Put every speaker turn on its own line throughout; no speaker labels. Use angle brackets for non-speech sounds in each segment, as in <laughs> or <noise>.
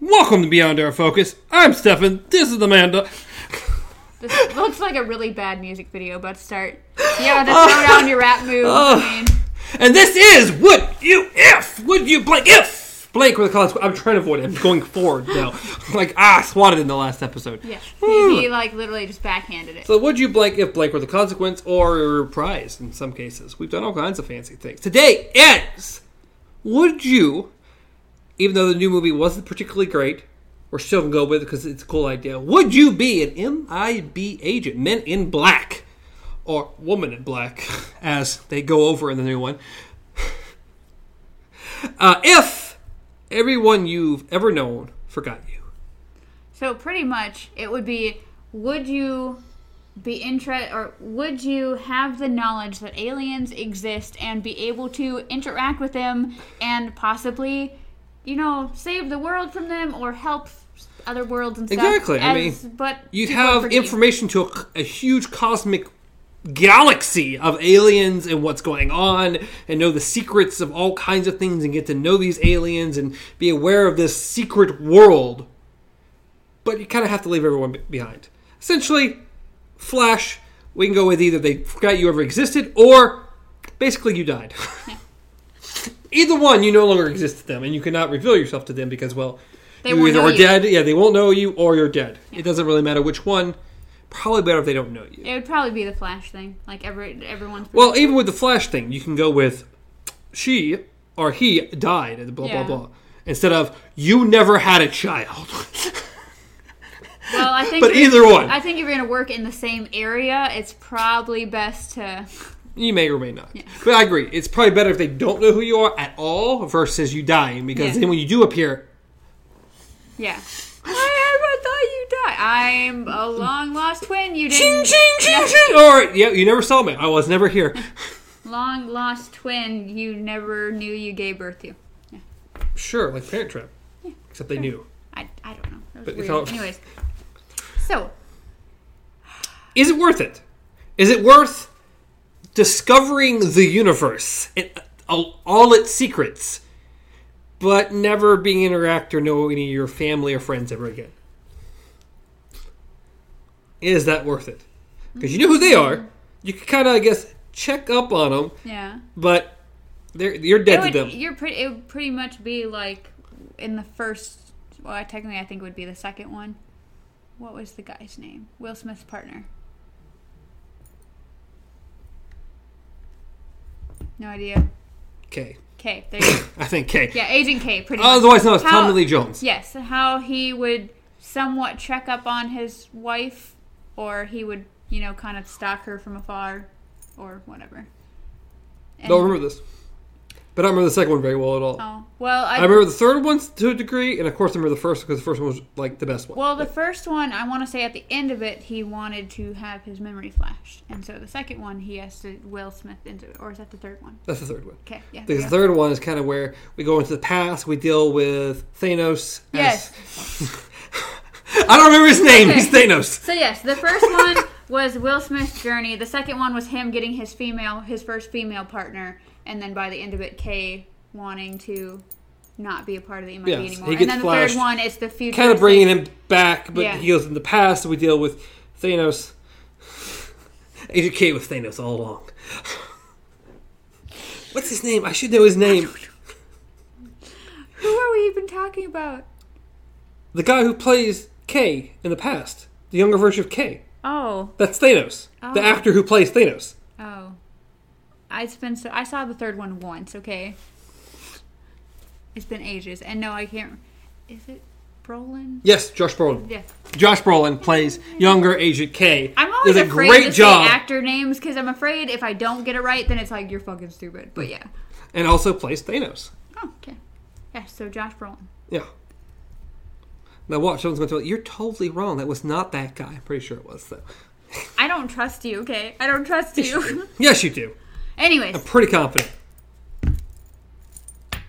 Welcome to Beyond Our Focus. I'm Stefan. This is Amanda. <laughs>
This looks like a really bad music video, but start. Yeah, the throw down your
<laughs>
rap move. I mean,
And this is Would You If? Would You Blank If? Blank with a college. I'm trying to avoid it. I'm going forward now. <laughs> like, ah, I swatted in the last episode.
yeah. He, he, like literally just backhanded it.
So, would you blank if blank were the consequence or prize in some cases? We've done all kinds of fancy things. Today is Would you, even though the new movie wasn't particularly great, we're still going to go with it because it's a cool idea. Would you be an MIB agent, men in black, or woman in black, <laughs> as they go over in the new one? <laughs> Uh, if everyone you've ever known forgot you.
So pretty much, it would be: Would you be interested, or would you have the knowledge that aliens exist and be able to interact with them and possibly, you know, save the world from them or help other worlds and stuff?
Exactly, I
as-
mean,
but
You'd
people
have
forget you.
information to a, a huge cosmic galaxy of aliens and what's going on, and know the secrets of all kinds of things, and get to know these aliens and be aware of this secret world. But you kind of have to leave everyone be- behind. Essentially, Flash, we can go with either they forgot you ever existed, or basically you died. <laughs> either one, you no longer exist to them, and you cannot reveal yourself to them because, well,
They
you
won't
either
know
are
you.
dead. Yeah, they won't know you, or you're dead. It doesn't really matter which one. Probably better if they don't know you.
It would probably be the Flash thing, like every everyone's.
Well, even with the Flash thing, you can go with she or he died, and blah
Yeah.
blah blah, instead of you never had a child. <laughs>
Well, I think.
but
if-
either one.
I think if you're gonna work in the same area, it's probably best to.
You may or may not. But I agree. It's probably better if they don't know who you are at all versus you dying because
Yeah.
then when you do appear,
Yeah. I ever thought you died. I'm a long lost twin. You
ching,
didn't.
ching, ching, ching, or yeah, you never saw me. I was never here.
Long lost twin. You never knew you gave birth to.
sure, like Parent Trap, except they knew.
I, I don't know. That was
But it's
weird.
all-
Anyways. So
Is it worth it? Is it worth discovering the universe and all all its secrets, but never being interact or know any of your family or friends ever again? Is that worth it? Because you know who they are. You can kind of, I guess, check up on them,
yeah.
but they're you're dead
It would,
to them.
you're pretty. It would pretty much be like in the first. Well, I- technically, I think it would be the second one. What was the guy's name? Will Smith's partner. No idea.
Okay,
K. There you go.
<laughs> I think K.
Yeah, Agent K. Pretty. much.
Otherwise, no, it's
How-
Tommy Lee Jones.
Yes, how he would somewhat check up on his wife, or he would, you know, kind of stalk her from afar, or whatever. And,
Don't remember this, but I don't remember the second one very well at all.
Oh well, I,
I remember the third one to a degree, and of course, I remember the first because the first one was like the best one.
Well, the first one, I want to say at the end of it, he wanted to have his memory flashed, and so the second one, he has to Will Smith into it, or is that the third one?
That's the third one.
Okay, yeah. there
The
you go.
third one is kind of where we go into the past. We deal with Thanos.
Yes.
As, <laughs> I don't remember his name.
<laughs>
He's Thanos.
So yes, the first one was Will Smith's journey. The second one was him getting his female, his first female partner, and then by the end of it, Kay wanting to not be a part of the MIB
Yes,
anymore.
he
and
gets
then the
flashed.
third one is the future.
Kind of bringing him back, but
Yeah.
he goes in the past. We deal with Thanos. <laughs> Agent K was Thanos all along. <laughs> What's his name? I should know his name.
Who are we even talking about?
The guy who plays K in the past, the younger version of K.
Oh,
That's Thanos.
Oh.
The actor who plays Thanos.
oh. I spent so I saw the third one once. Okay, it's been ages, and no, I can't. Is it Brolin?
Yes, Josh Brolin.
Yeah.
Josh Brolin plays younger Agent K.
I'm always afraid to say actor names because I'm afraid if I don't get it right, then it's like you're fucking stupid. But yeah.
and also plays Thanos.
Oh, okay. Yeah, so Josh Brolin.
Yeah. Now watch, someone's going to tell you, you're totally wrong. That was not that guy. I'm pretty sure it was though.
I don't trust you, okay? I don't trust you. <laughs>
Yes, you do.
Anyways,
I'm pretty confident.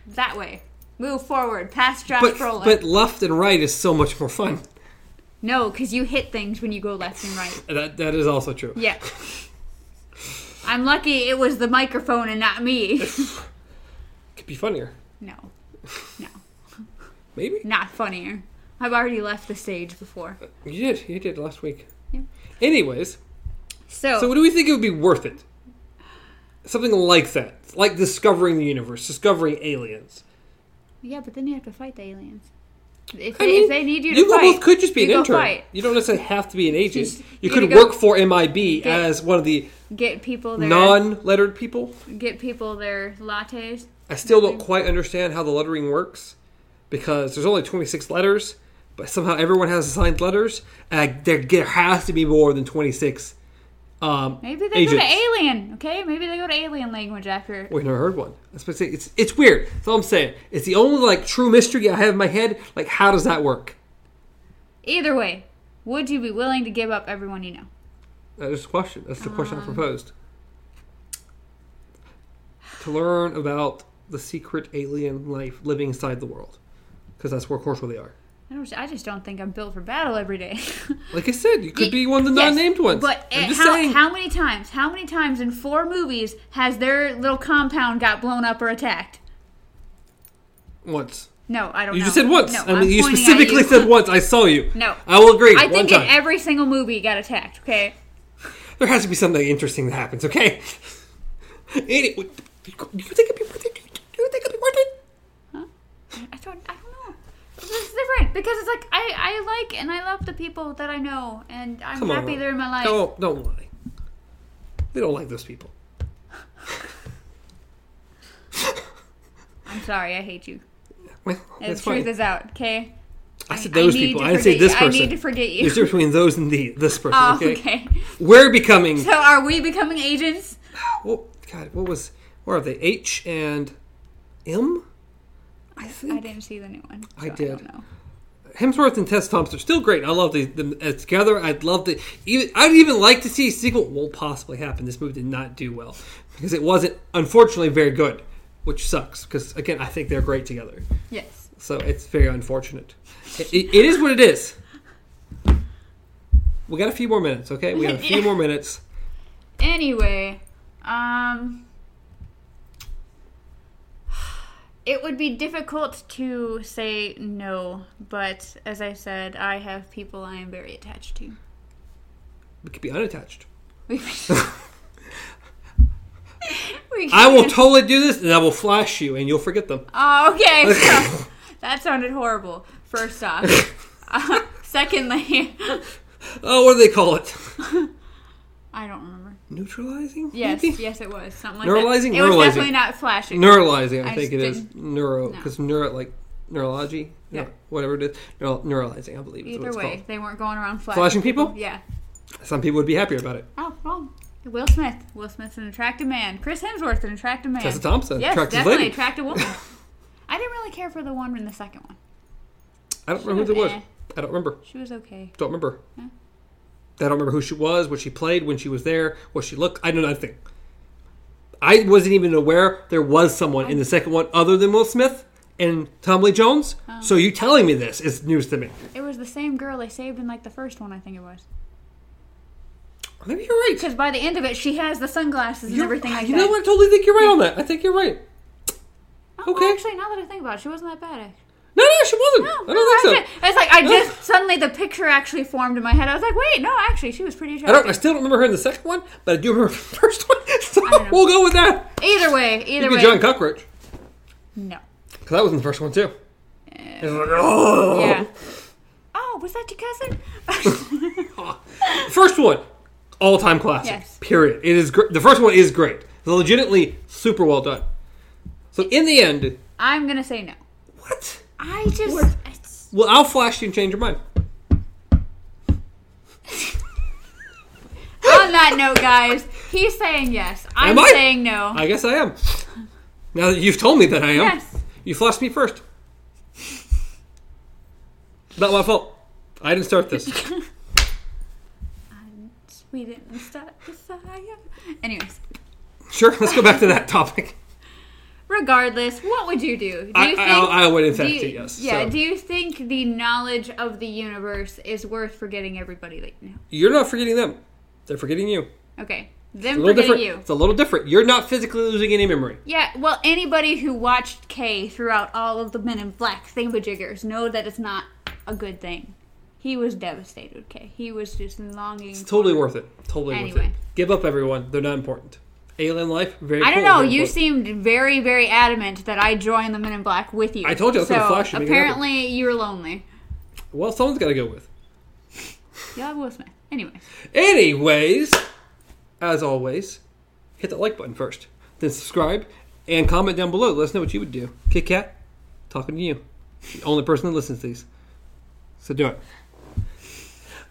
that way. Move forward, past Josh
But
Brolin.
but left and right is so much more fun.
no, because you hit things when you go left and right.
That that is also true.
Yeah. I'm lucky it was the microphone and
<laughs>
not me.
Could be funnier,
No. No.
maybe.
Not funnier. I've already left the stage before.
You did. You did last week. Anyways,
So,
so what do we think it would be worth it? Something like that, like discovering the universe, discovering aliens.
yeah, but then you have to fight the aliens. If
I
they,
mean,
if they need you to fight,
almost could just be
you
an
go
intern.
Fight.
You don't necessarily have to be an agent. You
You
could
gotta go-
work for MIB as one of the
Get people their
non-lettered people.
get people their lattes.
I still don't
Mm-hmm.
quite understand how the lettering works because there's only 26 letters, but somehow everyone has assigned letters, and there, there has to be more than 26. Um,
Maybe they go
agents.
to alien. Okay, maybe they go to alien language after.
We've never heard one. That's what I'm saying. It's it's weird. That's all I'm saying. It's the only like true mystery I have in my head. Like, how does that work?
Either way, would you be willing to give up everyone you know?
That is the question. That's the question
Ah.
I proposed. To learn about the secret alien life living inside the world, because that's where, of course, where they are.
I don't. I just don't think I'm built for battle every day. <laughs>
Like I said, you could be one of the
Yes,
non-named ones.
But
I'm
uh,
just
how,
saying.
how many times? How many times in four movies has their little compound got blown up or attacked?
once
No, I don't.
you
know.
just said once.
No,
I mean,
I'm
you
pointing at
specifically
you.
said once. I saw you.
No.
I will agree.
I
one
think in
time.
every single movie it got attacked. Okay.
There has to be something interesting that happens, okay? <laughs> Any- do you think it'd be worth it? Do you think it'd be worth it?
I don't. I don't know. It's different because it's like I, I like and I love the people that I know and I'm
Come on,
happy
Ron.
they're in my life.
Don't, don't lie. They don't like those people.
I'm sorry, I hate you.
Well,
And
that's
the truth
fine.
is out. Okay.
I said those
I need
people.
to
I didn't
forget
say this
you.
person.
I need to forget you.
There's a difference between those and the
<laughs>
this person,
Oh,
okay?
okay.
We're becoming.
So are we becoming agents?
oh, God, what was. Where are they? H and M? I
I
think.
didn't see the new one.
I
so
did.
I don't know.
Hemsworth and Tess Thompson are still great. I love the, them as together. I'd love to even. I'd even like to see a sequel. Won't possibly happen. This movie did not do well because it wasn't, unfortunately, very good, which sucks. Because again, I think they're great together.
Yes.
So it's very unfortunate. It- it- it is what it is. We got a few more minutes, okay? We got a few
<laughs> Yeah.
more minutes.
Anyway, um, it would be difficult to say no, but as I said, I have people I am very attached to. <laughs>
We could be unattached.
We- We
I will
can-
totally do this, and I will flash you, and you'll forget them.
<laughs> oh,
<laughs>
okay. so- <laughs> that sounded horrible. First off. Uh, secondly, <laughs>
Oh, what do they call it?
I don't remember.
Neutralizing? <laughs>
Yes,
Maybe?
yes, it was something like
Neuralizing?
that. It was
Neuralizing.
definitely not flashing.
Neuralizing, I,
I
think it
just
is
didn't-
neuro
no.
because neuro like neurology,
Yeah.
Neuro- whatever it is, Neuro- neuralizing. I believe is what
Either
it's
way,
called.
they weren't going around flashing,
Flashing people?
Yeah.
Some people would be happier about it.
Oh, well. Will Smith. Will Smith's an attractive man. Chris Hemsworth, an attractive man.
Tessa Thompson,
Yes,
attractive
definitely
lady. <laughs>
attractive woman. I didn't really care for the one in the second one.
I don't remember who it was.
Eh.
I don't remember.
She was okay.
Don't remember.
Yeah.
I don't remember who she was, what she played, when she was there, what she looked. I know nothing. I wasn't even aware there was someone in the second one other than Will Smith and Tom Lee Jones.
Oh.
So you telling me this is news to me.
It was the same girl they saved in like the first one, I think it was.
Maybe you're right.
Because by the end of it, she has the sunglasses and
You're-
everything like
you
that.
know what? I totally think you're right on that. I think you're right.
Oh, well,
Okay.
actually, now that I think about it, she wasn't that bad. actually.
No, no, she wasn't. I
No,
don't
no,
think so.
I just- it's like I just suddenly the picture actually formed in my head. I was like, wait, no, actually, she was pretty
I
attractive.
don't. I still don't remember her in the second one, but I do remember <laughs> the first one. So
don't know.
we'll go with that.
either way, either
Could be
way,
John Cockroach
no.
because that was in the first one too. It's like, oh.
Yeah. Oh, was that your cousin?
<laughs> <laughs>
<laughs>
First one, all time classic.
Yes.
Period. It is gr- the first one is great. It's legitimately super well done. So in the end,
I'm gonna say no.
what?
I just. It's,
Well, I'll flash you and change your mind.
on that note, guys, he's saying yes. I'm
Am I?
saying no.
I guess I am. Now that you've told me that I am,
Yes.
you flashed me first. Not my fault. I didn't start
<laughs>
this.
And we didn't start the fire. Anyways,
Sure, let's go back to that topic.
regardless, what would you do? Do
I,
you
I, I would in fact
do
say
you-
yes.
Yeah.
so.
Do you think the knowledge of the universe is worth forgetting everybody that you know?
You're not forgetting them. They're forgetting you.
Okay,
A
them
little
forgetting
different.
you.
It's a little different. You're not physically losing any memory.
Yeah, well, anybody who watched K throughout all of the Men in Black thingamajiggers know that it's not a good thing. He was devastated, okay? He was just longing.
It's totally worth it. Totally worth it.
Anyway.
Give up, everyone. They're not important. Alien life, very
I don't
cool,
know.
very
You
important.
seemed very, very adamant that I join the Men in Black with you.
I told you, I was
so
gonna flash you, make it happen.
apparently you were lonely.
Well, someone's got to go with.
You'll have Will Smith. Anyway,
Anyways, as always, hit that like button first, then subscribe and comment down below. Let us know what you would do. Kit Kat, talking to you. The only person that listens to these. So do it.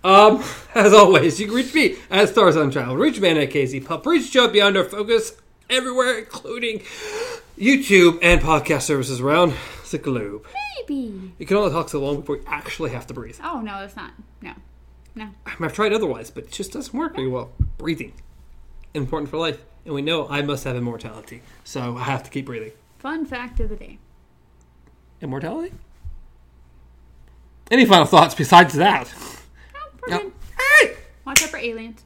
Um, <laughs> as always, you can reach me at Stars on Child, reach Van at KZ Pup, reach Joe at Beyond Our Focus, everywhere, including YouTube and podcast services around the globe.
maybe.
You can only talk so long before you actually have to breathe.
Oh no, it's not. No, no.
I mean, I've tried otherwise, but it just doesn't work very well. Breathing, important for life, and we know I must have immortality, so I have to keep breathing.
Fun fact of the day.
Immortality. Any final thoughts besides that?
Oh, we're
No.
good.
Hey! <laughs>
Watch out for aliens.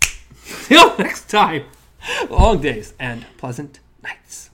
Till next time. Long days and pleasant nights.